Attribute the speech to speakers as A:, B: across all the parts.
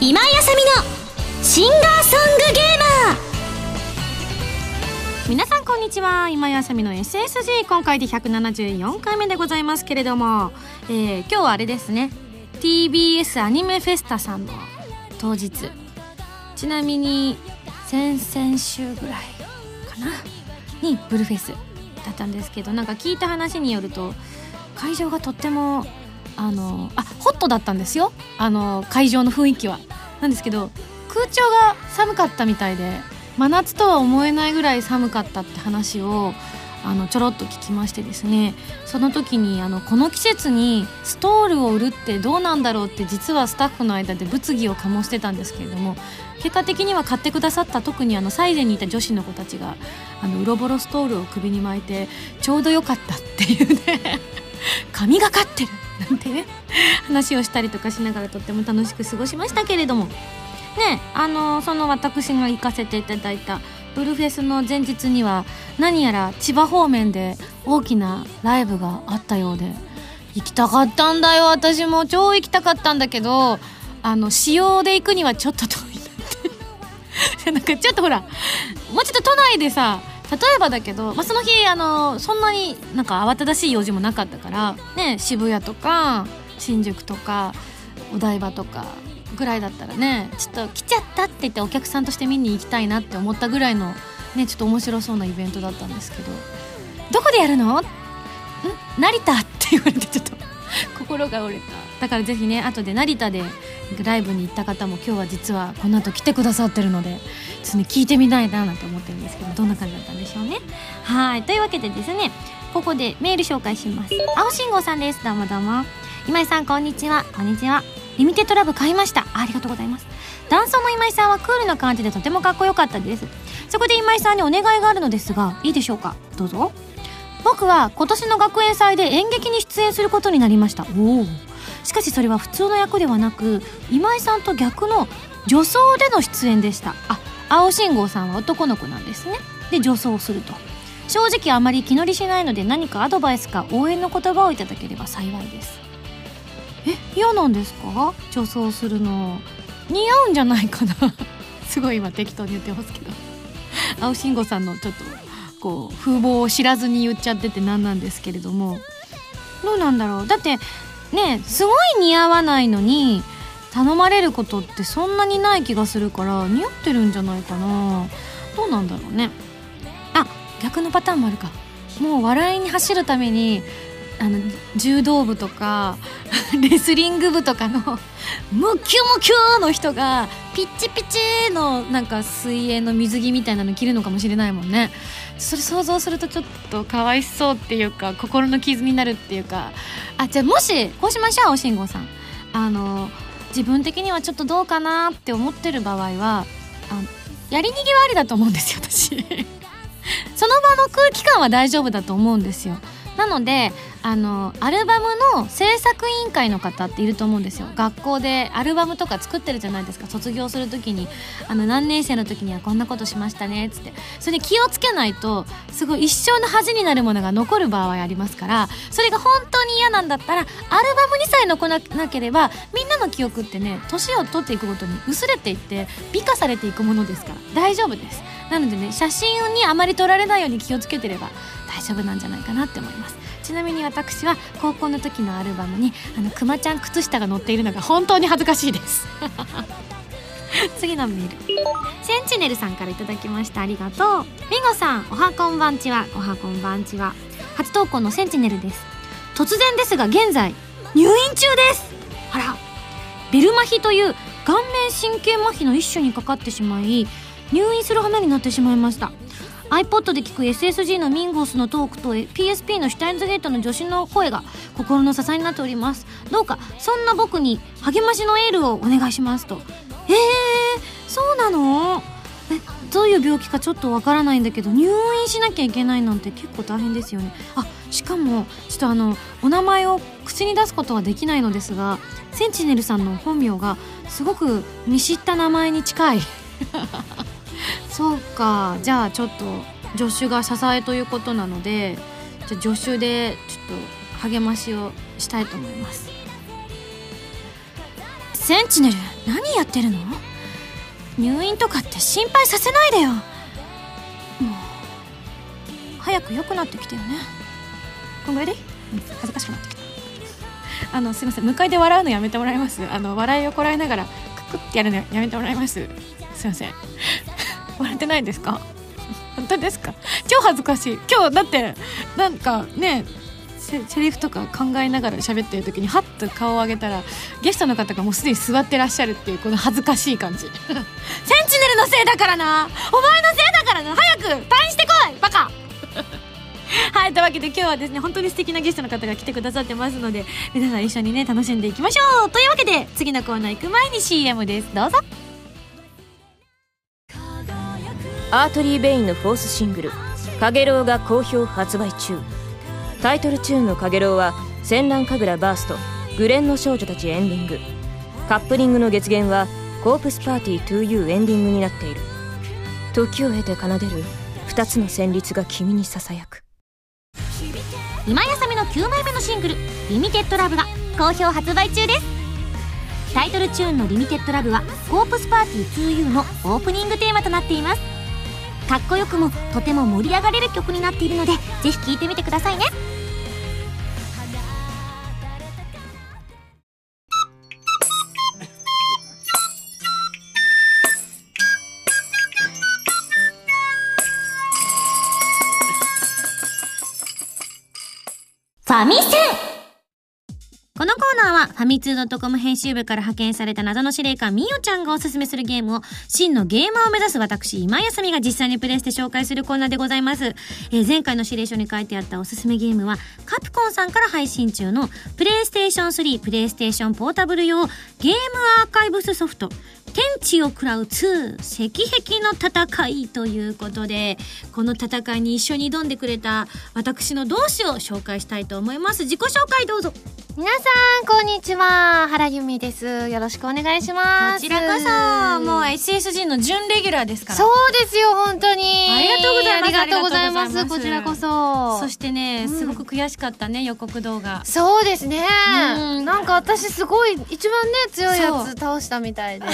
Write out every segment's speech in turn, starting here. A: 今井あさみのシンガーソングゲーマー皆さんこんにちは今井あさみの SSG 今回で174回目でございますけれども、えー今日はあれですね TBS アニメフェスタさんの当日ちなみに先々週ぐらいかなにブルフェスだったんですけどなんか聞いた話によると会場がとってもあのあホットだったんですよあの会場の雰囲気はなんですけど空調が寒かったみたいで真夏とは思えないぐらい寒かったって話をあのちょろっと聞きましてですねその時にあのこの季節にストールを売るってどうなんだろうって実はスタッフの間で物議を醸してたんですけれども結果的には買ってくださった特にあのサイゼにいた女子の子たちがあのうろぼろストールを首に巻いてちょうどよかったっていうね 神がかってるなんてね話をしたりとかしながらとっても楽しく過ごしましたけれどもねあのその私が行かせていただいたブルフェスの前日には何やら千葉方面で大きなライブがあったようで行きたかったんだよ私も超行きたかったんだけどあの仕様で行くにはちょっと遠いなって なんかちょっとほらもうちょっと都内でさ例えばだけど、まあ、その日あのそんなになんか慌ただしい用事もなかったから、ね、渋谷とか新宿とかお台場とかぐらいだったらねちょっと来ちゃったって言ってお客さんとして見に行きたいなって思ったぐらいのねちょっと面白そうなイベントだったんですけど「どこでやるのん成田」って言われてちょっと心が折れただからぜひね後で成田でライブに行った方も今日は実はこの後来てくださってるのでちょっとね聞いてみたいななんて思ってるんですけどどんな感じだったんでしょうねはいというわけでですねここでメール紹介します青信号さんですどうもどうも今井さんこんにちはこんにちはリミテッドラブ買いましたあありがとうございます男装の今井さんはクールな感じでとてもかっこよかったですそこで今井さんにお願いがあるのですがいいでしょうかどうぞ僕は今年の学園祭で演劇に出演することになりましたおおしかしそれは普通の役ではなく今井さんと逆の女装での出演でしたあ青信号さんは男の子なんですねで女装をすると正直あまり気乗りしないので何かアドバイスか応援の言葉をいただければ幸いですえ嫌なんですか女装するの似合うんじゃないかな すごい今適当に言ってますけど青信号さんのちょっとこう風貌を知らずに言っちゃっててなんなんですけれどもどうなんだろうだってねすごい似合わないのに頼まれることってそんなにない気がするから似合ってるんじゃないかなどうなんだろうねあ逆のパターンもあるかもう笑いに走るためにあの柔道部とか レスリング部とかのムキュムキュの人がピッチピチのなんか水泳の水着みたいなの着るのかもしれないもんねそれ想像するとちょっとかわいそうっていうか心の傷になるっていうかあじゃあもしこうしましょうおしんごさんあの自分的にはちょっとどうかなって思ってる場合はあのやり逃げはありだと思うんですよ私 その場の空気感は大丈夫だと思うんですよなのであのアルバムの制作委員会の方っていると思うんですよ学校でアルバムとか作ってるじゃないですか卒業する時にあの何年生の時にはこんなことしましたねっつってそれで気をつけないとすごい一生の恥になるものが残る場合ありますからそれが本当に嫌なんだったらアルバムにさえ残らなければみんなの記憶ってね年を取っていくごとに薄れていって美化されていくものですから大丈夫ですなのでね写真にあまり撮られないように気をつけてれば大丈夫なんじゃないかなって思いますちなみに私は高校の時のアルバムにあのクマちゃん靴下が載っているのが本当に恥ずかしいです 次のメールセンチネルさんからいただきましたありがとうミゴさんおはこんばんちはおはこんばんちは初投稿のセンチネルです突然ですが現在入院中ですあらベル麻痺という顔面神経麻痺の一種にかかってしまい入院する羽目になってしまいました iPod で聞く SSG のミンゴスのトークと PSP のシュタインズゲートの女子の声が心の支えになっておりますどうかそんな僕に励ましのエールをお願いしますとえー、そうなのえどういう病気かちょっとわからないんだけど入院しなきゃいけないなんて結構大変ですよねあしかもちょっとあのお名前を口に出すことはできないのですがセンチネルさんの本名がすごく見知った名前に近い そうかじゃあちょっと助手が支えということなのでじゃあ助手でちょっ励ましをしたいと思いますセンチネル何やってるの入院とかって心配させないでよもう早く良くなってきてよねこんぐらいでいい、うん、恥ずかしくなってきたあのすいません向かいで笑うのやめてもらいますあの笑いをこらえながらククってやるのやめてもらいますすいません 笑ってないですか本当ですか超恥ずかしい今日だってなんかねセセリフとか考えながら喋ってる時にハッと顔を上げたらゲストの方がもうすでに座ってらっしゃるっていうこの恥ずかしい感じセンチネルのせいだからなお前のせいだからな早く退院してこいバ カはいというわけで今日はですね本当に素敵なゲストの方が来てくださってますので皆さん一緒にね楽しんでいきましょうというわけで次のコーナー行く前に CM ですどうぞ
B: アートリー・ベインのフォースシングル「かげろう」が好評発売中タイトルチューンの「かげろう」は「戦乱神楽バースト」「グレンの少女たち」エンディングカップリングの月限は「コープスパーティー 2U」エンディングになっている時を経て奏でる2つの旋律が君にささやく
C: 今やさみの9枚目のシングル「リミテッドラブが好評発売中ですタイトルチューンの「リミテッドラブはコープスパーティー 2U のオープニングテーマとなっていますかっこよくもとても盛り上がれる曲になっているのでぜひ聴いてみてくださいねファミセ
A: このコーナーはファミツー .com 編集部から派遣された謎の司令官みよちゃんがおすすめするゲームを真のゲーマーを目指す私今休みが実際にプレイして紹介するコーナーでございます、えー前回の指令書に書いてあったおすすめゲームはカプコンさんから配信中のプレイステーション3プレイステーションポータブル用ゲームアーカイブスソフト天地を喰らう2石壁の戦いということでこの戦いに一緒に挑んでくれた私の同志を紹介したいと思います自己紹介どうぞ
D: 皆さんこんにちは原由美ですよろしくお願いします
A: こちらこそもう SSG の準レギュラーですから
D: そうですよ本当に
A: ありがとうございます
D: ありがとうござい
A: あ
D: ま
A: り
D: す
A: がとうご
D: こ
A: ざ
D: ち
A: い
D: ら
A: ま
D: こ
A: す
D: そ
A: そしてね、すごく悔しかったね予告動画
D: そうですね
A: うん
D: なんか私すごい一番ね強いや
A: そう
D: つ倒したみた いで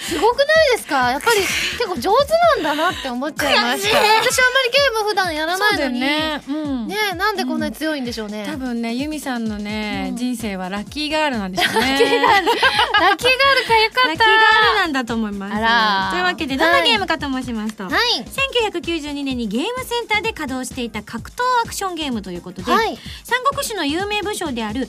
D: すごくないですかやっぱり結構上手なんだなって思っちゃいました私あんまりゲーム普段やらないのにね
A: うん
D: なんでこんなに強いんでしょうね、
A: 多分ね由美さんのね、人生はラッキーガールなんでしょうねラッキーガール
D: ラッキーガールかよかった
A: なんだと思います
D: あら
A: というわけでどん
D: は
A: ないゲームかと申しますと、
D: はい
A: 1992年にゲームセンターで稼働していた格闘アクションゲームということで、
D: はい
A: 三国志の有名武将である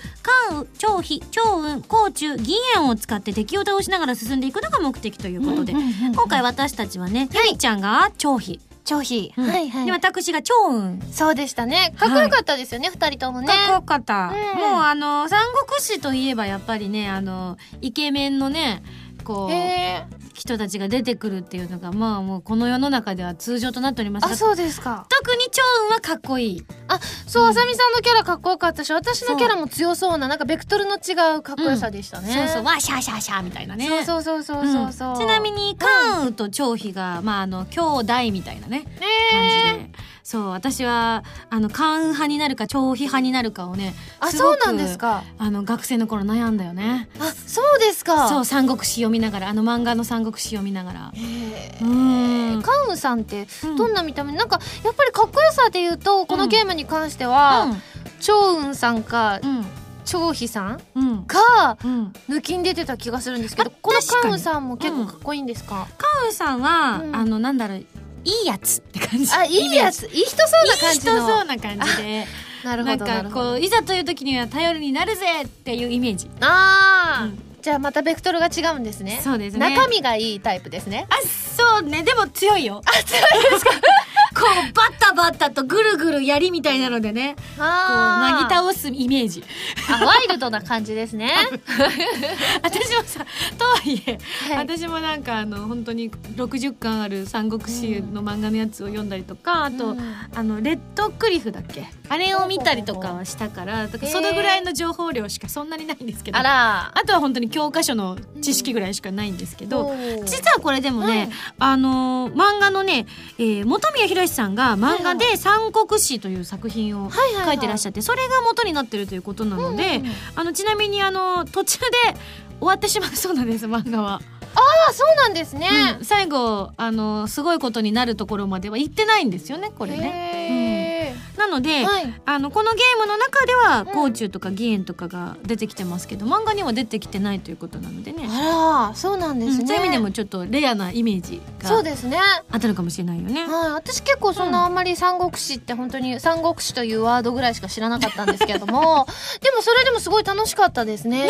A: 関羽張飛張雲甲冑義援を使って敵を倒しながら進んでいくのが目的ということで、今回私たちはね、
D: はい
A: ゆみちゃんが張飛、
D: 張飛、
A: うん
D: はいはい
A: で私が張雲
D: そうでしたね。かっこよかったですよね、二、人ともね。
A: かっこよかった、
D: うん
A: もうあの三国志といえばやっぱりねあのイケメンのねこう、
D: へえ。
A: 人たちが出てくるっていうのがまあもうこの世の中では通常となっております
D: あ、
A: が
D: そうですか。
A: 特に超雲はかっこいい
D: あ、そう、あさみさんのキャラかっこよかったし、私のキャラも強そうな、なんかベクトルの違うかっこよさでしたね。
A: そうそうわーシャーシャーシャーみたいなね
D: そうそうそうそうそうそう。
A: んちなみに関羽と張飛が、まああの兄弟みたいなね
D: ね
A: 感
D: え、
A: じで、そう私はあの関羽派になるか張飛派になるかをね
D: あ、
A: すご
D: そう
A: く
D: なんですか。
A: あの学生の頃悩んだよね
D: あ、そうですか。
A: そう三国志読みながらあの漫画の三国志読みながら
D: へえ。
A: うん
D: カンウさんって
A: うん
D: どんな見た目、なんかやっぱりかっこよさで言うとこのゲームに関しては、趙雲さんか
A: うん
D: 張飛さん
A: うんうん
D: が
A: うん
D: 抜きに出てた気がするんですけど
A: あ
D: この
A: 確かに
D: カンウさんも結構かっこいいんですか、
A: 関羽さんは、
D: うん
A: あのなんだろういいやつって感じ
D: あ、いいやつ、いい人そうな感
A: いい
D: じ
A: 人
D: の。
A: そうな感じで
D: なる
A: な
D: ほ
A: ん
D: ど。な
A: か
D: るほ
A: こ
D: ど
A: ういざという時には頼りになるぜっていうイメージ
D: ああ、
A: うん
D: じゃあまたベクトルが違うんですね。
A: そうですね
D: 中身がいいタイプですね。
A: あそうねでも強いよあ強いですか こうバッタバッタとぐるぐる槍みたいなのでねこうなぎ
D: あ
A: 倒すイメー ジ
D: ーあ、ワイルドな感じで すね。
A: 私もさとはいえ、
D: はい
A: 私もなんかあの本当に60巻ある「三国志」の漫画のやつを読んだりとか、あと、
D: うん
A: あのレッドクリフだっけあれを見たりとかはしたからだからそのぐらいの情報量しかそんなにないんですけど
D: あら
A: あとは本当に教科書の知識ぐらいしかないんですけど、
D: おー
A: 実はこれでもね、あのー漫画のね、えー本宮宏さんが漫画で「三国志」という作品を
D: はいはい
A: 書いてらっしゃってそれが元になってるということなので、
D: うんうんうん
A: あのちなみにあの途中で 終わってしまうそうなんです漫画は、
D: あそうなんですね、
A: うん最後あのすごいことになるところまでは行ってないんですよねこれね。
D: ね、
A: なので、
D: はい
A: あのこのゲームの中では
D: ん
A: 甲虫とか義援とかが出てきてますけど漫画には出てきてないということなのでね
D: あらそうなんですね、
A: うんそういう意味でもちょっとレアなイメージ
D: そう
A: が
D: ですね
A: 当たるかもしれないよね。
D: はい、私結構そんなあんまり三国志って本当に三国志というワードぐらいしか知らなかったんですけれども でもそれでもすごい楽しかったですね。ね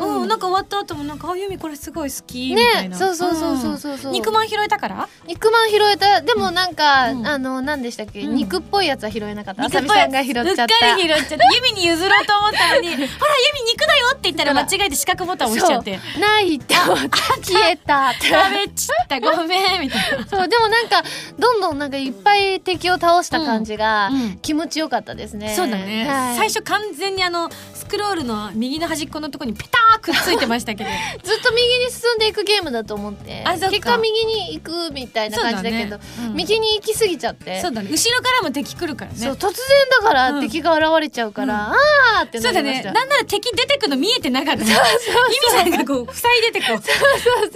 A: うん、なん
D: か
A: か終わった後もなんか「あゆみこれすごい好き」みたい
D: ね
A: な、
D: そうそうそうそうそうそう、
A: ん肉まん拾えたから
D: 肉まん拾えたでもなんか、
A: うん
D: あの何でしたっけ、
A: うん
D: 肉っぽいやつは拾えなかったあ
A: 肉
D: さ
A: っぽ
D: み
A: い
D: さんが拾っちゃった
A: うっかり拾っちゃってゆみに譲ろうと思った のに「ほらゆみ肉だよ」って言ったら間違えて四角ボタン押しちゃって
D: そうないって思って消えたっ
A: 「
D: て
A: 食べちったごめん」みたいな。
D: そうでもなんかどんどんなんかいっぱい敵を倒した感じが、
A: うん
D: 気持ちよかったですね
A: そうだね、
D: はい
A: 最初完全にあのスクロールの右の端っこのとこにペターくっついてましたけ ど
D: ずっと右に進んでいくゲームだと思って
A: あそっか
D: 結果右に行くみたいな感じだけど
A: そうだねうん
D: 右に行き過ぎちゃって
A: そうだね後ろからも敵来るからね
D: そう突然だから
A: うん
D: 敵が現れちゃうから、あーって
A: そ
D: な
A: うだ
D: りまし
A: ね。
D: た
A: なんなら敵出てくの見えてなかった。そうそう意味さんがこう、塞いでてこう。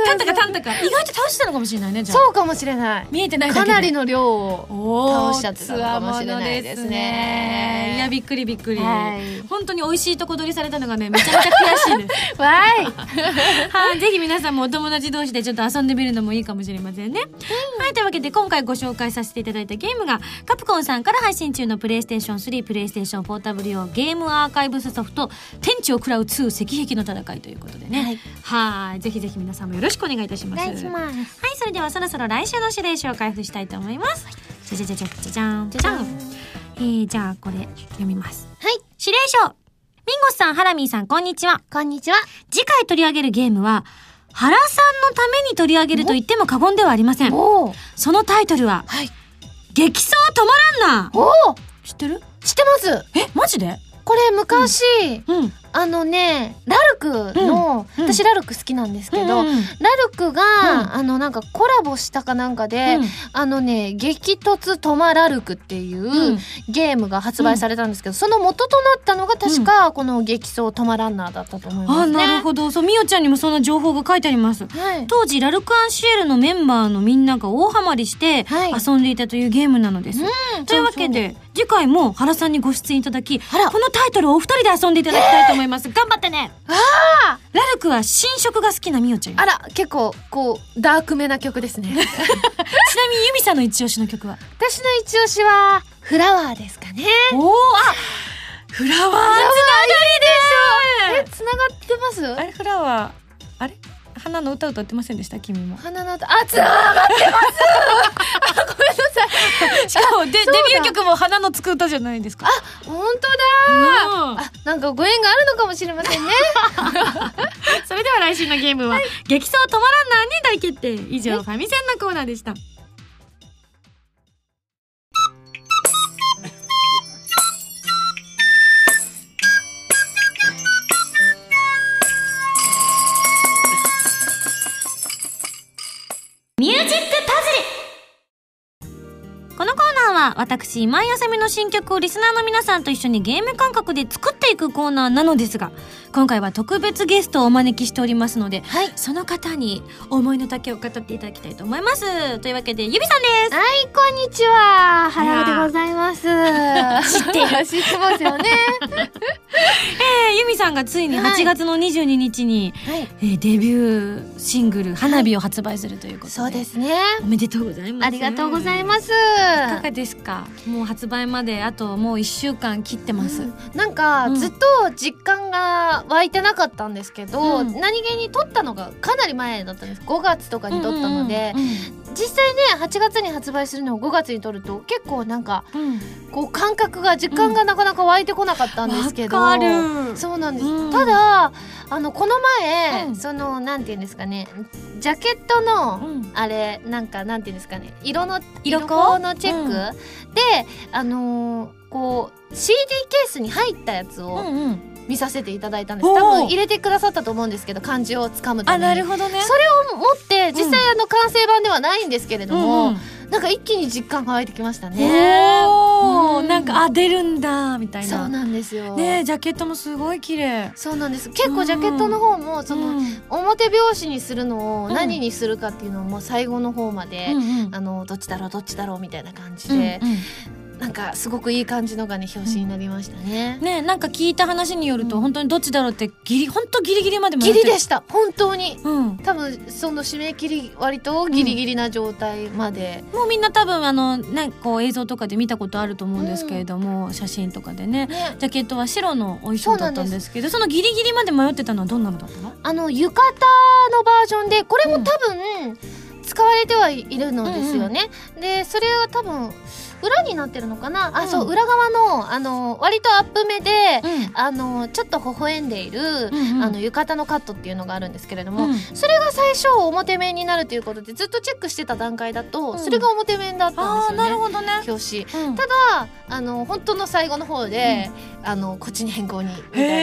A: タンタカタンタカ。意外と倒してたのかもしれないね、じゃあ。
D: そうかもしれない
A: 見えてないだけ
D: か
A: で。
D: なりの量を
A: おー
D: 倒しちゃってたのかもしれないです
A: 強
D: ね
A: 者いや、びっくりびっくり。
D: はい
A: 本当に美味しいとこ取りされたのがね、めちゃめちゃ悔し いです。
D: わーい
A: はい、ぜひ皆さんもお友達同士でちょっと遊んでみるのもいいかもしれませんね。はい、というわけで今回ご紹介させていただいたゲームが、カプコンさんから配信中のプレイステーション3、プレイステーションポータブル用ゲームアーカイブスソフト、天地を食らう2石壁の戦いということでね。はい、ぜひぜひ皆さんもよろしくお願いいたします。
D: ます
A: はい、それではそろそろ来週の指令書を開封したいと思います。じゃじゃじゃじゃじゃじゃんじゃじゃん。えー、じゃあこれ読みます。
D: はい
A: 指令書ミンゴスさん、ハラミーさん、こんにちは。
D: こんにちは
A: 次回取り上げるゲームは、原さんのために取り上げると言っても過言ではありません。
D: おー
A: そのタイトルは、
D: はい
A: 激走止まらんな
D: おー
A: 知ってる
D: 知ってます
A: え、マジで
D: これ昔、
A: うん。
D: あのねラルクの、
A: うんうん
D: 私ラルク好きなんですけど、
A: うんうんうん
D: ラルクが、
A: ん
D: あのなんかコラボしたかなんかで、
A: うん
D: あのね「激突止まラルク」っていう、
A: うん
D: ゲームが発売されたんですけど、その元となったのが確かこの「激走止まランナー」だったと思いま
A: あ、
D: すね。
A: なるほど。そう、みおちゃんにもそんな情報が書いてあります。
D: はい、
A: 当時ラルクアンシエルのメンバーのみんなが大ハマりして
D: はい
A: 遊んでいたというゲームなのです。というわけで次回も原さんにご出演いただきこ
D: あら
A: のタイトルをお二人で遊んでいただきたいと思います。頑張ってねラルクは新色が好きなみおちゃん。ち
D: あ
A: な
D: ら結構こうダークめな曲です ね
A: みにユミさんの一押しの曲は
D: 私の一押しは「フラワー」ですかね。
A: おおあフラワーつながり
D: え
A: で
D: つながってます
A: あれフラワーあれ花の歌歌ってませんでした君も。
D: 花の音あつながってますあごめんなさ い
A: しかもでデ
D: そうだ
A: ビュー曲も花の作歌じゃないですか。
D: 本当
A: あ
D: だあなんかご縁があるのかもしれませんね
A: それでは来週のゲームは、激走止まらんなーに大決定。以上、ファミセンのコーナーでした。
C: ミュージックパ
A: このコーナーは、私、今井あさみの新曲をリスナーの皆さんと一緒にゲーム感覚で作っていくコーナーなのですが、今回は特別ゲストをお招きしておりますので、
D: はい
A: その方に思いの丈を語っていただきたいと思います。というわけで、ゆびさんです。
D: はいこんにちは原部でございます知ってる知ってますよね
A: えー、ゆみさんがついに8月の22日に、
D: はい
A: えーデビューシングル、花火を発売するということで。。
D: そうですすね
A: おめでとうございます。
D: ありがとうございます
A: いかがですかもう発売まであともう1週間切ってます、
D: なんか、
A: うん
D: ずっと実感が湧いてなかったんですけど、
A: うん
D: 何気に撮ったのがかなり前だったんです5月とかに撮ったので、実際ね8月に発売するのを5月に撮ると結構なんか
A: うんうんうん
D: こう感覚が実感がなかなか湧いてこなかったんですけど、
A: わかる
D: そうなんです、
A: うん
D: ただあのこの前、
A: うん
D: そのなんていうんですかねジャケットの、
A: うん
D: あれなんかなんていうんですかね色の
A: 色
D: 色
A: 香
D: 香のチェック、であのーこう CD ケースに入ったやつを
A: んうん
D: 見させていただいたんです、
A: おー
D: 多分入れてくださったと思うんですけど漢字をつかむため
A: あ
D: に
A: なるほどね
D: それを持って実際あの完成版ではないんですけれども、
A: うんうん
D: なんか一気に実感が湧いてきましたね。
A: おお
D: うん
A: なんかあ出るんだみたい
D: そう
A: な
D: なんですよ、
A: ねえジャケットもすごい綺麗
D: そうなんです結構ジャケットの方もその、
A: うん
D: 表拍子にするのを
A: うん
D: 何にするかっていうのをもう最後の方まで
A: う、んうん
D: あのどっちだろうどっちだろうみたいな感じ
A: うん
D: で、
A: うん
D: なんかすごくいい感じのがね表紙になりましたね。
A: ねなんか聞いた話によると、
D: うん
A: 本当にどっちだろうってギリ本当ギリギリまで迷
D: ギ
A: って
D: リでした本当に
A: うん
D: 多分その締め切り割とギリギリな状態まで、
A: もうみんな多分あのなんかこう映像とかで見たことあると思うんですけれども、写真とかでね
D: ね
A: ジャケットは白のお衣装だったんですけどそのギリギリまで迷ってたのはどんなのだったの
D: あの浴衣のバージョンでこれも多分使われてはいるのですよね、でそれは多分裏になってるのかな、
A: う
D: あ
A: ん
D: そう裏側のあの割とアップ目で、
A: う
D: あのちょっと微笑んでいる、
A: んうん
D: あの浴衣のカットっていうのがあるんですけれども、
A: ん、
D: それが最初表面になるということでずっとチェックしてた段階だと、
A: うん
D: それが表面だったんで
A: あ
D: す
A: あ
D: よね。
A: なるほどね、
D: 表紙
A: うん
D: ただあの本当の最後の方で、あのこっちに変更にみた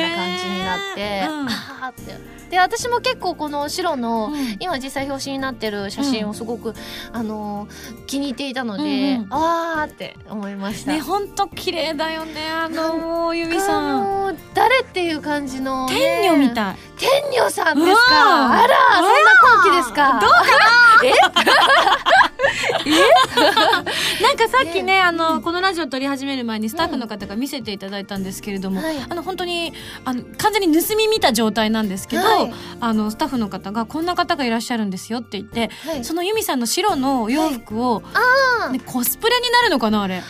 D: いな感じになって、
A: へーうん
D: ああってで私も結構この白の、
A: うん
D: 今実際表紙になってる写真をすごく、あの気に入っていたので、
A: うんうん
D: あーって思いました。
A: ね本当綺麗だよねあのもうゆみさん
D: もう誰っていう感じの、ね、
A: 天女みたい
D: 天女さんです
A: うわー
D: かあらそんな高貴ですか
A: どうなんかさっきねあの、このラジオ撮り始める前にスタッフの方が見せていただいたんですけれども、
D: はい
A: あの本当にあの完全に盗み見た状態なんですけど、
D: はい
A: あのスタッフの方がこんな方がいらっしゃるんですよって言って
D: はい
A: その由美さんの白のお洋服を、
D: あー
A: ね、コスプレになるのかなあれ。ね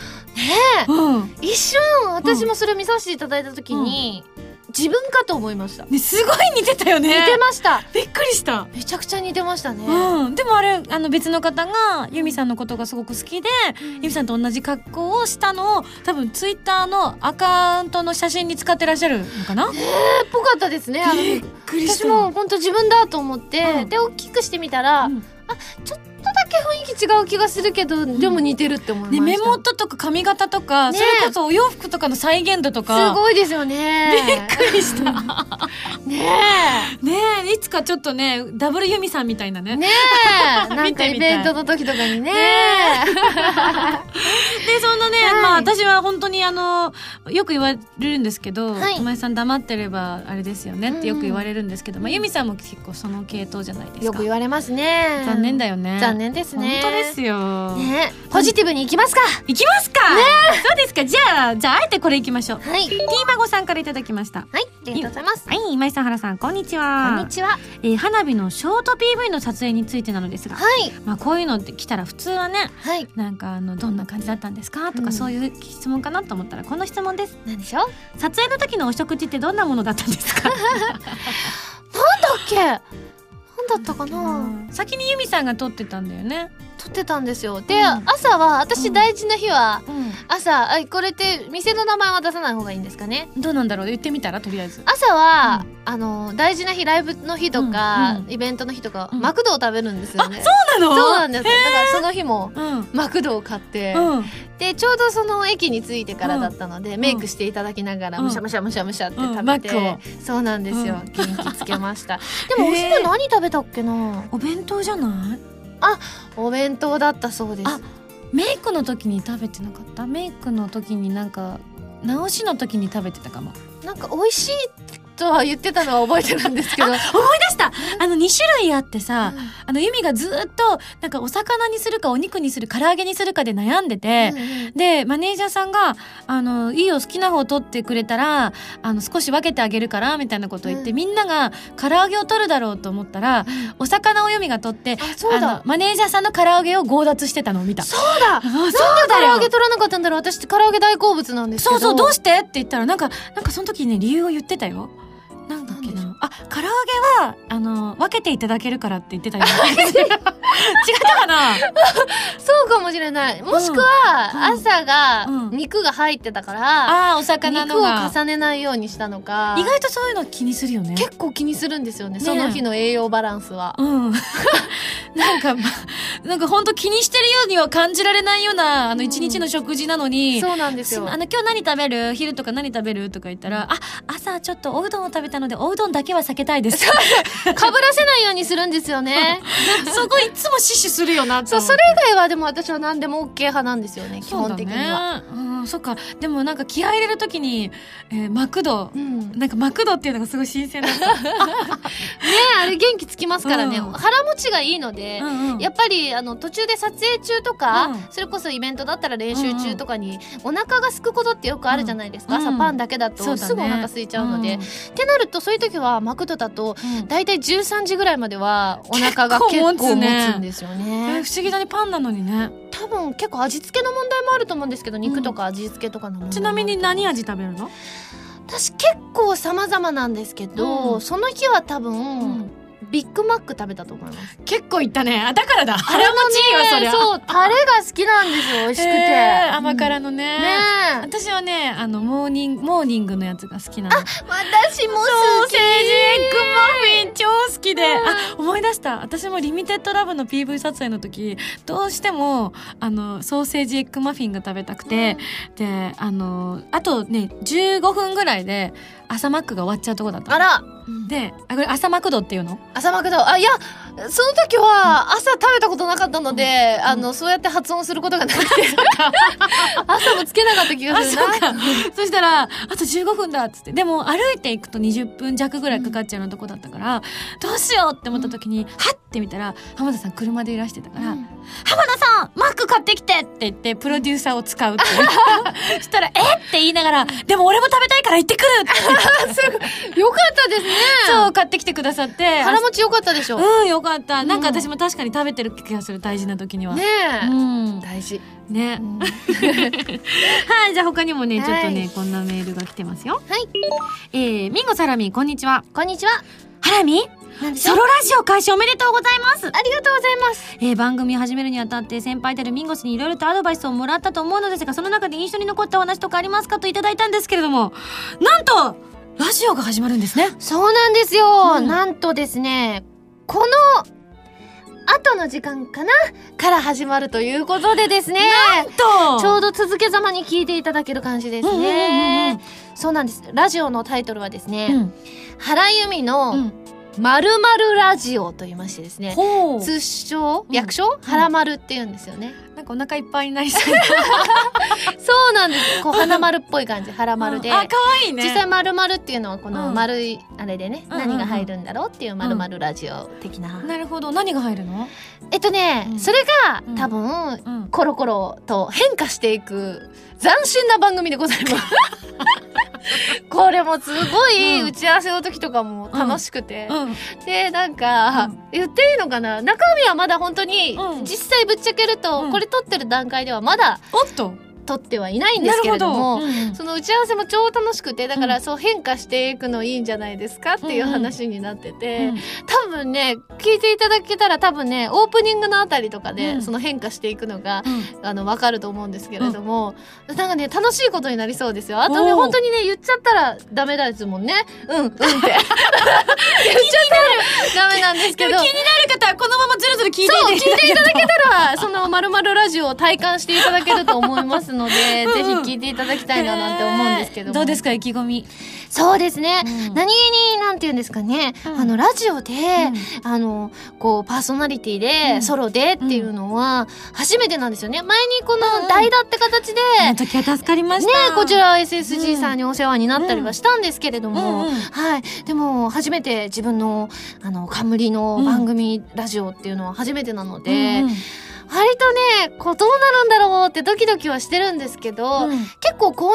D: え
A: うん
D: 一瞬私もそれ見させていただいた時に、自分かと思いました、
A: ね、すごい似てたよね
D: 似てました
A: びっくりした、
D: めちゃくちゃ似てましたね、
A: うん、でもあれあの別の方が由美さんのことがすごく好きで由美さんと同じ格好をしたのを多分ツイッターのアカウントの写真に使ってらっしゃるのかな
D: っぽかったですねあの
A: びっくりし
D: 私
A: た
D: も本当自分だと思って、
A: うん
D: で大きくしてみたら、
A: うん
D: ちょっとだけ雰囲気違う気がするけど、でも似てるって思いまし
A: ね、
D: た、
A: 目元とか髪型とか、
D: ね
A: それこそお洋服とかの再現度とか
D: すごいですよねびっくりしたね
A: ねえいつかちょっとねダブルユミさんみたいな
D: え
A: ね
D: ねえなん
A: 見
D: か
A: て
D: イ
A: みたい
D: ベントの時とかにね
A: でそんなね、
D: はい
A: まあ私は本当にあのよく言われるんですけど「
D: はい
A: 今井さん黙ってればあれですよね」ってよく言われるんですけど、
D: うん
A: まあ、ユミさんも結構その系統じゃないですか
D: よく言われますね
A: 残念だよね
D: 残念ですね
A: 本当ですよ、
D: ねえポジティブにいきますか
A: いきますか、そうですかじゃあじゃああえてこれいきましょう
D: はい
A: ティーマゴさんからいただきました
D: はいありがとうございます
A: はい今井さん原さんこんにち
D: こ
A: は
D: んにちは
A: えー花火のショート PV の撮影についてなのですが、
D: はい
A: まあ、こういうのって来たら普通はね
D: はい
A: なんかあのどんな感じだったんですかと
D: う
A: か
D: ん
A: そういう質問かなと思ったらこの質問です
D: なんでしょう
A: 撮影の時のお食事ってどんなものだったんです か
D: だっけなんだったかな
A: 先にユミさんが撮ってたんだよね、
D: 撮ってたんですよ
A: う
D: で、
A: ん
D: 朝は私大事な日は
A: う
D: 朝あこれって店の名前は出さない方がいいんですかね
A: ん、どうなんだろう言ってみたらとりあえず
D: 朝は、
A: う
D: あの大事な日ライブの日と
A: う
D: か、
A: んうん
D: イベントの日とか、
A: うん
D: マクドを食べるんですよね
A: そうなの
D: そうなんですだからその日も
A: うん
D: マクドを買って、
A: うん、
D: でちょうどその駅に着いてからだったので、メイクしていただきながら
A: うん
D: むしゃむしゃむしゃむしゃって食
A: マッ
D: べて、
A: クを
D: そうなんですよ、
A: う
D: 元気つけま したでもお昼何食べたっけな
A: お弁当じゃない
D: お弁当だったそうです
A: あメイクの時に食べてなかったメイクの時になんか直しの時に食べてたかも
D: なんか美味しいとは言ってたのは覚えてるんですけど
A: 思い出したあの2種類あってさ、あのユミがずっとなんかお魚にするかお肉にする唐揚げにするかで悩んでて
D: うん、うん
A: でマネージャーさんが「あのいいよ好きな方取ってくれたらあの少し分けてあげるから」みたいなことを言って、
D: うん
A: みんなが唐揚げを取るだろうと思ったらお魚をユミが取って
D: あそう
A: あの
D: だ
A: マネージャーさんの唐揚げを強奪してたのを見た。
D: そうだ
A: あ そう
D: 唐
A: だ
D: 揚
A: よ
D: げ取らなかったんだろう私唐揚げ大好物なんですけ
A: そ
D: ど
A: うそうどう
D: し
A: してって言ったらなんかなんかその時ね理由を言ってたよ。なんかけなあ唐揚げはあの分けていただけるからって言ってたよ、 ね、違ったかな
D: そうかもしれないもしくは
A: うんうん
D: 朝が
A: うん
D: 肉が入ってたから、
A: あーお魚
D: 肉
A: の
D: を
A: が
D: 重ねないようにしたのか
A: 意外とそういうの気にするよね
D: 結構気にするんですよね
A: ね
D: その日の栄養バランスは、
A: うん なんかまなんか本当気にしてるようには感じられないようなあの一日の食事なのに、
D: そうなんですよ
A: あの今日何食べる昼とか何食べるとか言ったら、あ朝ちょっとおうどんを食べたのでおうどんだけは避けたいです
D: かぶらせないようにするんですよね
A: そこいつも死守するよなと
D: そう
A: 思っ
D: そ
A: て
D: れ以外はでも私は何でも OK 派なんですよね基本的には
A: そうだねうんそっかでもなんか気合い入れるときに、えーマクド
D: う、ん、ね
A: なんかマクドっていうのがすごい新鮮だっ た、
D: あれ元気つきますからね、
A: うん
D: 腹持ちがいいので、
A: うんうん
D: やっぱりあの途中で撮影中とか、
A: うん
D: それこそイベントだったら練習中とかに、お腹が空くことってよくあるじゃないですか、
A: うん
D: 朝パンだけだと
A: そうだね
D: すぐお腹空いちゃうので、ってなるとそういう時はマクドだと大体13時ぐらいまではお腹が結
A: 結構
D: 構
A: 持
D: 持
A: つ
D: つ
A: ね
D: んですよ
A: うんえ
D: ね
A: ー不思議だねパンなのにね
D: 多分結構味付けの問題もあると思うんですけど肉とか味付けとかの問題もある
A: ちなみに何味食べるの、
D: 私結構様々なんですけど、
A: うん
D: その日は多分、
A: うん
D: ビッグマック食べたと思います
A: 結構いったねあだからだ腹持ちいいわそりゃ
D: そうタレが好きなんですよ美味しくて、
A: えー甘辛のね,、
D: うんねえ
A: 私はねあのモーニングモーニングのやつが好きなの
D: 私も
A: ソ
D: 好
A: ー
D: き
A: セージエッグマフィン超好きで、あ思い出した私もリミテッドラブの PV 撮影の時どうしてもあのソーセージエッグマフィンが食べたくて、であのあとね15分ぐらいで朝マックが終わっちゃうとこだった
D: あら
A: のであこれ朝マクドっていうの
D: 朝マクドあいやその時は朝食べたことなかったので、あのそうやって発音することがなく て朝もつけなかった気が
A: あ
D: す
A: そ
D: るな
A: うか そしたらあと15分だっつってでも歩いていくと20分弱ぐらいかかっちゃうようなとこだったから、どうしようって思った時に、はって見たら浜田さん車でいらしてたから「
D: うん
A: 浜田さんマック買ってきて!」って言ってプロデューサーを使うっていう そしたら「えっ!」て言いながら「でも俺も食べたいから行ってくる!」って言って
D: よかったですね
A: そう買ってきてくださって
D: 腹持ちよかったでしょ、
A: うんよかったなんか
D: うん
A: 私も確かに食べてる気がする大事な時には。
D: ねえ、
A: うん、
D: 大事、
A: ね、
D: は
A: はいじゃあ他にもねちょっとね、
D: はい
A: こんなメールが来てますよ
D: い
A: えー、ミンゴサラミンこんにちは
D: こんにちは
A: ハラミ
D: なんでし
A: ソ
D: ょう
A: ロラジオ開始おめでとうございます
D: ありがとうございます
A: えー番組始めるにあたって先輩であるミンゴスにいろいろとアドバイスをもらったと思うのですがその中で印象に残ったお話とかありますかといただいたんですけれども なんとラジオが始まるんですね
D: そうなんですよ、
A: うん
D: なんとですねこの後の時間かなから始まるということでですね
A: と
D: ちょうど続けざまに聞いていただける感じですね、そうなんですラジオのタイトルはですね、
A: うん
D: 原由美
A: う
D: の
A: ん
D: 「まるまるラジオ」と言いましてですね、
A: ほう
D: 通称
A: うん
D: 略称「原丸」って言うんですよね、
A: なんかお腹いっぱいになりそう
D: そうなんですこう花丸っぽい感じ原丸で、
A: うんあ可愛いね
D: 実際丸丸っていうのはこの
A: うん
D: 丸いあれでね、
A: うんうんうん
D: 何が入るんだろうっていう丸丸ラジオ的な、
A: なるほど何が入るの
D: えっとね、
A: うん
D: それが
A: うん
D: 多分、
A: うん
D: コロコロと変化していく斬新な番組でござい ますこれもすごい
A: うん
D: 打ち合わせの時とかも楽しくて、
A: うん
D: でなんか、
A: うん
D: 言っていいのかな中身はまだ本当に、
A: うん
D: 実際ぶっちゃけると、
A: うん
D: これ撮ってる段階ではまだ
A: おっと
D: 撮ってはいないんですけれども
A: なるほどうん
D: その打ち合わせも超楽しくてだか
A: う
D: らそう変化していくのいいんじゃないですかっていう話になってて、
A: うん
D: 多分ね聞いていただけたら多分ねオープニングのあたりとかで、
A: うん
D: その変化していくのが
A: うん
D: あの分かると思うんですけれども、なんかね楽しいことになりそうですよあとね
A: おー
D: 本当にね言っちゃったらダメですもんねうんうんって 言っちゃったらダメなんです
A: で
D: け
A: も
D: ど
A: 気になる方はこのままずるずる聞いてい
D: そう聞い
A: て
D: ていただけたらその「まるまるラジオ」を体感していただけると思いますので
A: うんうん
D: ぜひ聞いていただきたいななんて思うんですけども
A: どうですか意気込み、
D: そうですね、
A: うん
D: 何になんて言うんですかね、
A: うん
D: あのラジオで、
A: うん
D: あのこうパーソナリティ
A: う
D: で、
A: ん
D: ソロでっていうのは初めてなんですよね前にこの代打って形で、
A: あの時は助かりました
D: ねこちら SSG さんにお世話になったりはしたんですけれども、
A: うんうん
D: はいでも初めて自分のあの冠の番組、ラジオっていうのは初めてなので、
A: うんうん
D: 割とねこうどうなるんだろうってドキドキはしてるんですけど、
A: うん
D: 結構コー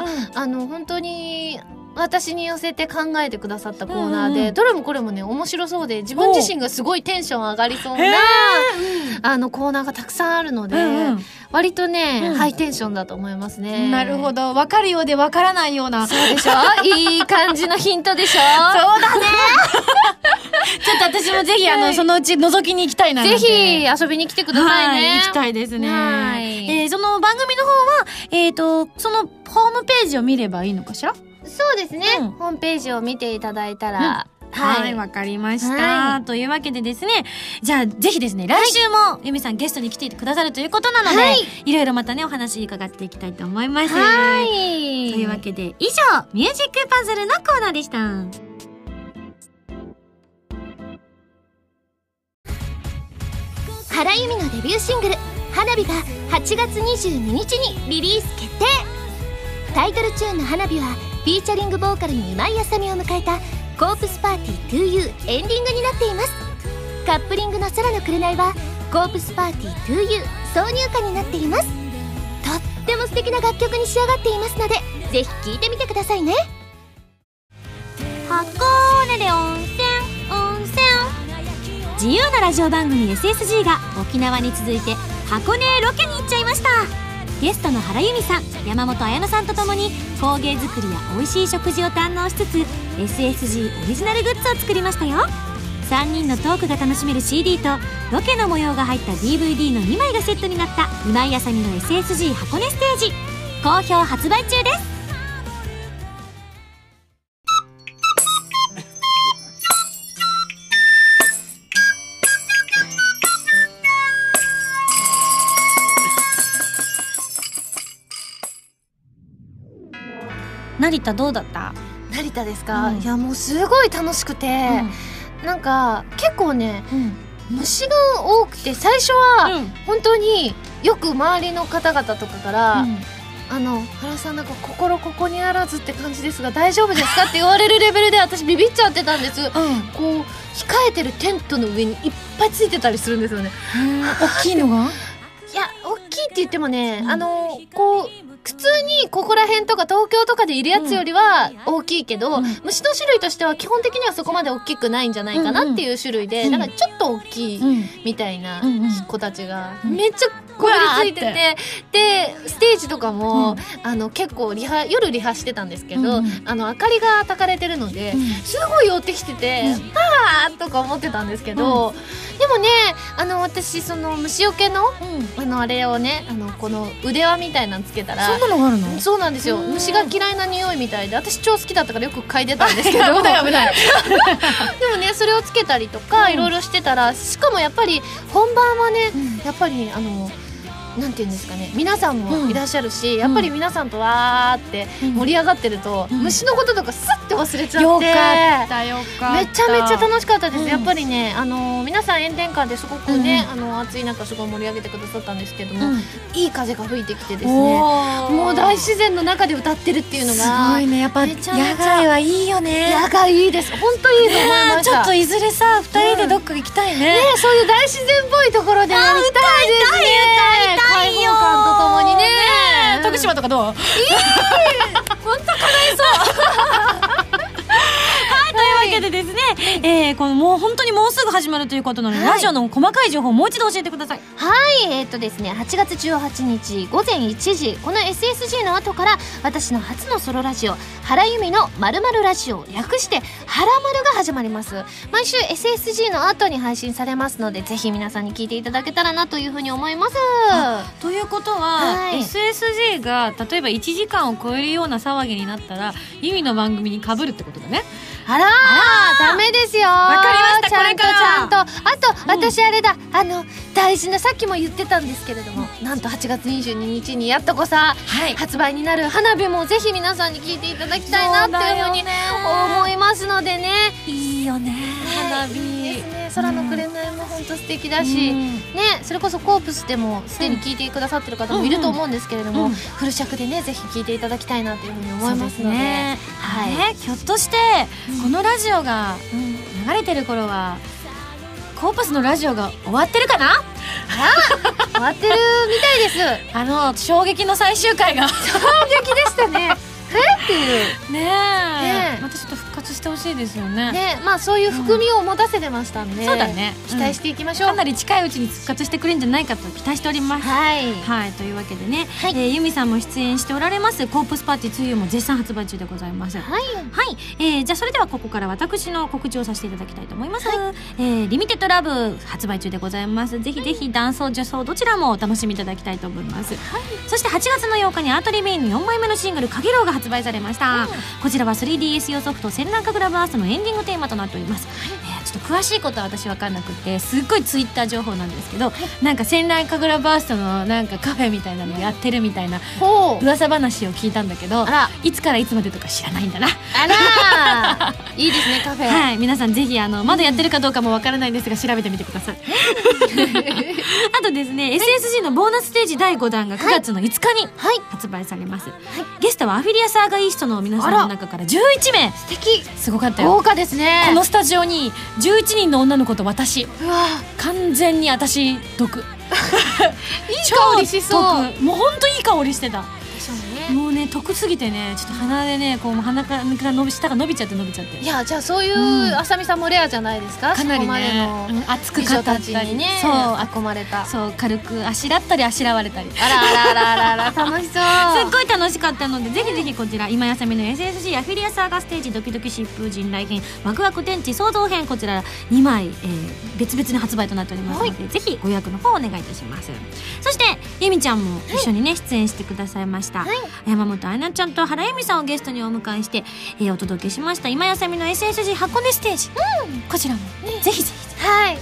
D: ナーが、あの本当に私に寄せて考えてくださったコーナーで、
A: うんうん
D: どれもこれもね面白そうで自分自身がすごいテンション上がりそうな、あのコーナーがたくさんあるので、
A: うん
D: 割とね、
A: うん
D: ハイテンションだと思いま
A: う
D: すね。
A: んなるほ
D: ど
A: どわかるようでわからないような
D: でしょいい感じのヒントでしょ
A: そうだね ちょっと私もぜひ、あの、そのうち覗きに行きたいな
D: ぜ
A: なんて
D: ひ遊びに来てくださいね。
A: はい、行きたいですね。
D: はい
A: えーその番組の方は、えっ、と、そのホームページを見ればいいのかしら
D: そうですね、
A: うん
D: ホームページを見ていただいたら、
A: はい、わ、かりました、
D: は
A: というわけでですね、じゃあぜひですね、来週も、ゆみさんゲストに来てくださるということなので、
D: はいい、
A: ろいろまたね、お話伺っていきたいと思います。
D: はい。
A: というわけで、以上、ミュージックパズルのコーナーでした。
C: 原由美のデビューシングル「花火」が8月22日にリリース決定タイトルチューンの「花火」はフィーチャリングボーカルに今井あさみを迎えた「コープスパーティー 2U」エンディングになっていますカップリングの「空の紅」は「コープスパーティー 2U」挿入歌になっていますとっても素敵な楽曲に仕上がっていますのでぜひ聴いてみてくださいね箱根で温泉温泉自由なラジオ番組 SSG が沖縄に続いて箱根へロケに行っちゃいましたゲストの原由美さん山本彩乃さんと共に工芸作りや美味しい食事を堪能しつつ SSG オリジナルグッズを作りましたよ3人のトークが楽しめる CD とロケの模様が入った DVD の2枚がセットになった今井あさみの SSG 箱根ステージ好評発売中です成田どうだった、
D: 成田ですか、
A: うん
D: いやもうすごい楽しくて、なんか結構ね
A: うん
D: 虫が多くて最初は本当によく周りの方々とかから、あの原さんなんか心ここにあらずって感じですが大丈夫ですかって言われるレベルで私ビビっちゃってたんです
A: うん
D: こう控えてるテントの上にいっぱいついてたりするんですよね
A: 大きいのが
D: いや大きいって言ってもね
A: うん
D: あのこう普通にここら辺とか東京とかでいるやつよりは大きいけど、
A: うん
D: 虫の種類としては基本的にはそこまで大きくないんじゃないか
A: うんう
D: なんっていう種類で、
A: うん
D: なんかちょっと大きい
A: ん
D: みたいな
A: うんうん
D: 子たちが
A: うん
D: めっちゃこびりついて
A: うわ
D: てでステージとかも、
A: うん
D: あの結構リハ夜リハしてたんですけど、
A: うんうん
D: あの明かりがたかれてるので、すごい寄ってきてて、
A: う
D: あーとか思ってたんですけど、でもねあの私その虫よけの
A: うん
D: あのあれをねあのこの腕輪みたいなのつけた
A: そ
D: ら
A: んなのがあるの
D: そうなんですよ
A: うん
D: 虫が嫌いな匂いみたいで私超好きだったからよく嗅いでたんですけど
A: 危ない危ない
D: でもねそれをつけたりとか
A: うん
D: いろいろしてたらしかもやっぱり本番はねやっぱりあのなんていうんですかね皆さん
A: う
D: も
A: ん
D: いらっしゃるし、やっぱり皆さんとわーって盛り上がってると、
A: うん
D: 虫のこととかスッて忘れちゃって
A: よかったよかった
D: めちゃめちゃ楽しかったです、
A: うん
D: やっぱりね、あの皆さん炎天下ですごくね、あの暑い中すごい盛り上げてくださったんですけども、
A: うん
D: いい風が吹いてきてですねも
A: も
D: う大自然の中で歌ってるっていうの
A: す
D: が
A: ごいねやっぱ
D: め
A: 野
D: ちゃめちゃ
A: 外はいいよね
D: 野外いいです本当いいと思い
A: あ
D: ま
A: ー
D: し
A: ちょ
D: た
A: っといずれさ二人でどっか行きたいね
D: ねそういう大自然っぽいところでやりたいですね歌
A: 歌いたいよ
D: 開放感とともにね
A: ね徳島とかどう というわけでですね、えー、このもう本当にもうすぐ始まるということなので、
C: はい
A: ラジオの細かい情報をもう一度教えてください。
C: はい、えーっとですね、8月18日午前1時、この SSG の後から、私の初のソロラジオ、原由美の〇〇ラジオ、略して、原丸が始まります。毎週 SSG の後に配信されますので、ぜひ皆さんに聞いていただけたらなというふうに思います。
A: ということは、
C: はい
A: SSG が例えば1時間を超えるような騒ぎになったら意味の番組にかぶるってことだね。
D: あらーダメですよわ
A: かりました
D: ちゃ
A: こ
D: んと
A: れから
D: ちゃんとあと
A: うん
D: 私あれだ、あの大事なさっきも言ってたんですけれども、なんと8月22日にやっとこさ
A: はい
D: 発売になる花火もぜひ皆さんに聞いていただきたいなっていうふうに
A: そうだよね
D: 思いますのでね
A: いいよね花火。
D: いいですね空の紅も本当素敵だし、
A: う
D: ね
A: ん
D: それこそコープスでもすでに聞いてくださってる方もいると思うんですけれども、
A: うんうん
D: フル尺でねぜひ聞いていただきたいなというふうに思
A: そ
D: いうま
A: ですす
D: ので
A: ね。
D: はい
A: ねひょっとして、このラジオが流れてる頃はコーパスのラジオが終わってるかな
D: 終わってるみたいです
A: あの衝撃の最終 回が
D: 衝撃でしたね えっていう
A: ねえ
D: ねえ
A: またちょっと復活してほしいですよね
D: ねまあそういう含みを持たせてましたんで、
A: そうだね
D: 期待していきましょう、
A: かなり近いうちに復活してくれるんじゃないかと期待しております
D: はい
A: はいというわけでね、えー、ユミさんも出演しておられます「コープスパーティー2」も絶賛発売中でございます
D: はい
A: はい、えーじゃあそれではここから私の告知をさせていただきたいと思います、えーリミテッドラブ発売中でございますぜひぜひダンスを女装どちらもお楽しみいただきたいと思います、そして8月の8日にアートリベインの4枚目のシングル「かげろう」が発売されました、こちらは 3DS 用ソフト「戦乱神楽バースト」のエンディングテーマとなっております、えーちょっと詳しいことは私分かんなくてすっごいツイッター情報なんですけど、なんか戦乱神楽バーストのなんかカフェみたいなのやってるみたいな
D: ほう
A: 噂話を聞いたんだけど
D: あら
A: いつからいつまでとか知らないんだな
D: あら いいですねカフェ、
A: はい、皆さんぜひあのまだやってるかどうかもわからないんですが調べてみてくだ さい。あとですね、SSG のボーナスステージ第5弾が9月の5日に
D: はい
A: 発売されます。ゲストはアフィリアサーガイーストの皆さんの中から11名
D: 素敵
A: すごかったよ。
D: 豪華ですね
A: このスタジオに11人の女の子と私
D: うわ
A: 完全に私 毒いい
D: 香りしそう
A: もうほんといい香りしてた
D: でしょうね
A: もうね得すぎてねちょっと鼻でねこう鼻から伸び舌が伸びちゃって伸びちゃって
D: いやじゃあそういう、
A: うん
D: あさみさんもレアじゃないですか
A: かなり
D: そこまでの
A: ね、うん熱く
D: 美
A: 語
D: 女
A: った
D: た
A: り
D: ちにね
A: そう
D: 憧れたあ
A: そう軽くあしらったりあしらわれたりすっ
D: らあらあらあらあら 楽しそう
A: ごい楽しかったのでぜひぜひこちら今やさみの SSG アフィリアサーガステージドキドキ疾風陣来編ワクワク天地創造編こちら2枚、えー別々に発売となっておりますので、ぜひご予約の方お願いいたしますそしてゆみちゃんも一緒にね、出演してくださいました、山本愛菜ちゃんと原由美さんをゲストにお迎えして、えーお届けしました今やさみの SSG 箱根ステージ、こちらも、ぜひぜひ
D: はい
A: はい。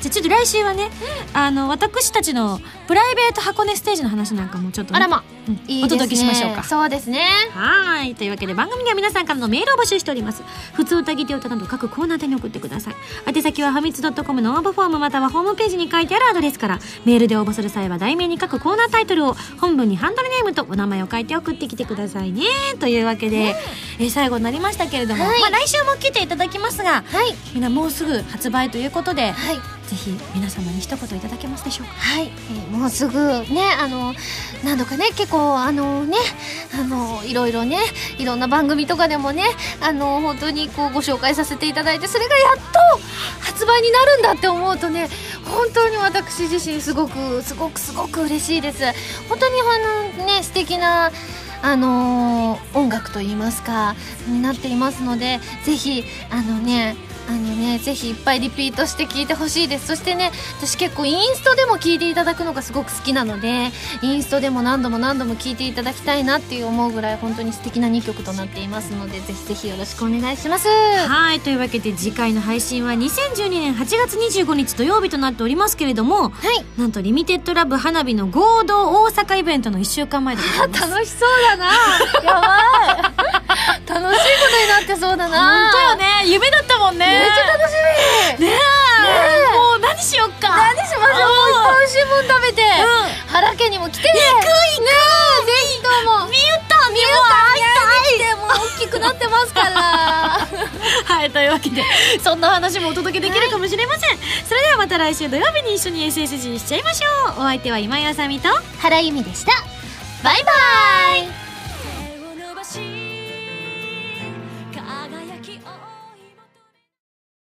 A: じゃあちょっと来週はね、あの私たちのプライベート箱根ステージの話なんかもちょっとね、
D: あらま
A: うん
D: いいですね
A: お届けしましょうか。
D: そうですね
A: はい。というわけで番組では皆さんからのメールを募集しております。普通歌ぎて歌など各コーナー宛てに送ってください。宛先はファミツドットコムの応募フォームまたはホームページに書いてあるアドレスから、メールで応募する際は題名に書くコーナータイトルを、本文にハンドルネームとお名前を書いて送ってきてくださいね。というわけで、えー最後になりましたけれども、
D: はい
A: まあ来週も来ていただきますが、
D: はい
A: みんなもうすぐ発売ということで、
D: はい
A: ぜひ皆様に一言いただけますでしょうか。
D: はい、えーもうすぐねあの何度かね結構あのねあのいろいろねいろんな番組とかでもねあの本当にこうご紹介させていただいてそれがやっと発売になるんだって思うとね本当に私自身すごくすごくすごく嬉しいです本当にあのね素敵なあの音楽といいますかになっていますのでぜひあのねあのね、ぜひいっぱいリピートして聞いてほしいです。そしてね、私結構インストでも聞いていただくのがすごく好きなので、インストでも何度も何度も聞いていただきたいなっていう思うぐらい本当に素敵な2曲となっていますので、ぜひぜひよろしくお願いします。
A: はいというわけで次回の配信は2012年8月25日土曜日となっておりますけれども
D: はい。
A: なんとリミテッドラブ花火の合同大阪イベントの1週間前で ございます
D: 楽しそうだなやばい楽しいことになってそうだな
A: ね夢だったもんね
D: めっちゃ楽しみ
A: ねえもう何しよっか
D: 何しましょうもういっぱい美味しいもん食べて、原家にも来てね行く行くねえぜひともみゆたみゆた会いたい来てもう大きくなってますから
A: はいというわけで そんなお話もお届けできるかもしれません、それではまた来週土曜日に一緒に SSG しちゃいましょうお相手は今井あさみと
D: 原由美でしたバイバイ